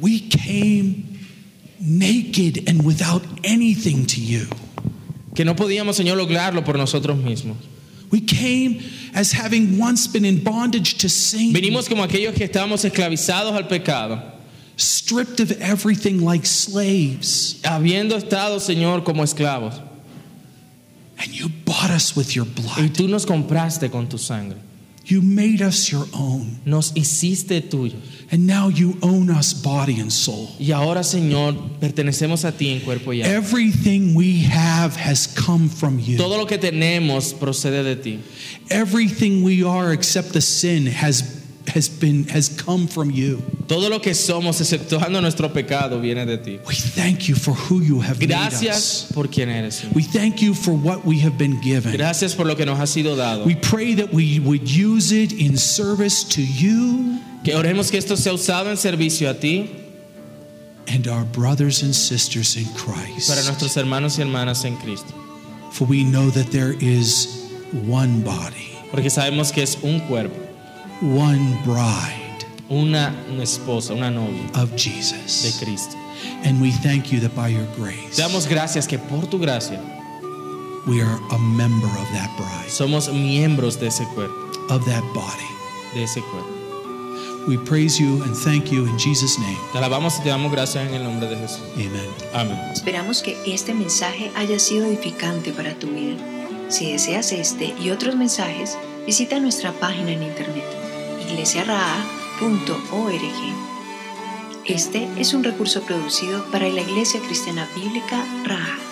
We came naked and without anything to you. que no podíamos, Señor, lograrlo por nosotros mismos. We came as having once been in bondage to sin, Vinimos como aquellos que estábamos esclavizados al pecado, stripped of everything like slaves, habiendo estado, Señor, como esclavos. and you bought us with your Y blood. tú nos compraste con tu sangre, You made us your own, nos hiciste tuyos. and now you own us body and soul. Y ahora, Señor, pertenecemos a ti en cuerpo y alma. Everything we have has come from you. Todo lo que tenemos procede de ti. Everything we are except the sin has has been has come from you. Todo lo que somos, exceptuando nuestro pecado, viene de ti. We thank you for who you have made us. Gracias por quien eres. Señor. We thank you for what we have been given. Gracias por lo que nos ha sido dado. We pray that we would use it in service to you Que oremos que esto sea usado en servicio a ti, and our brothers and sisters in para Christ. nuestros hermanos y hermanas en Cristo. For we know that there is one body, Porque sabemos que es un cuerpo, one bride una esposa, una novia of de Jesus. Cristo. And we thank you that by your Te grace damos gracias que por tu gracia we are a member of that bride, somos miembros de ese cuerpo, of that body. de ese cuerpo. We praise you and thank you in Jesus' name. Te alabamos y te damos gracias en el nombre de Jesús. Amen. Amén. Esperamos que este mensaje haya sido edificante para tu vida. Si deseas este y otros mensajes, visita nuestra página en internet iglesiaraa.org. Este es un recurso producido para la Iglesia Cristiana Bíblica Raha.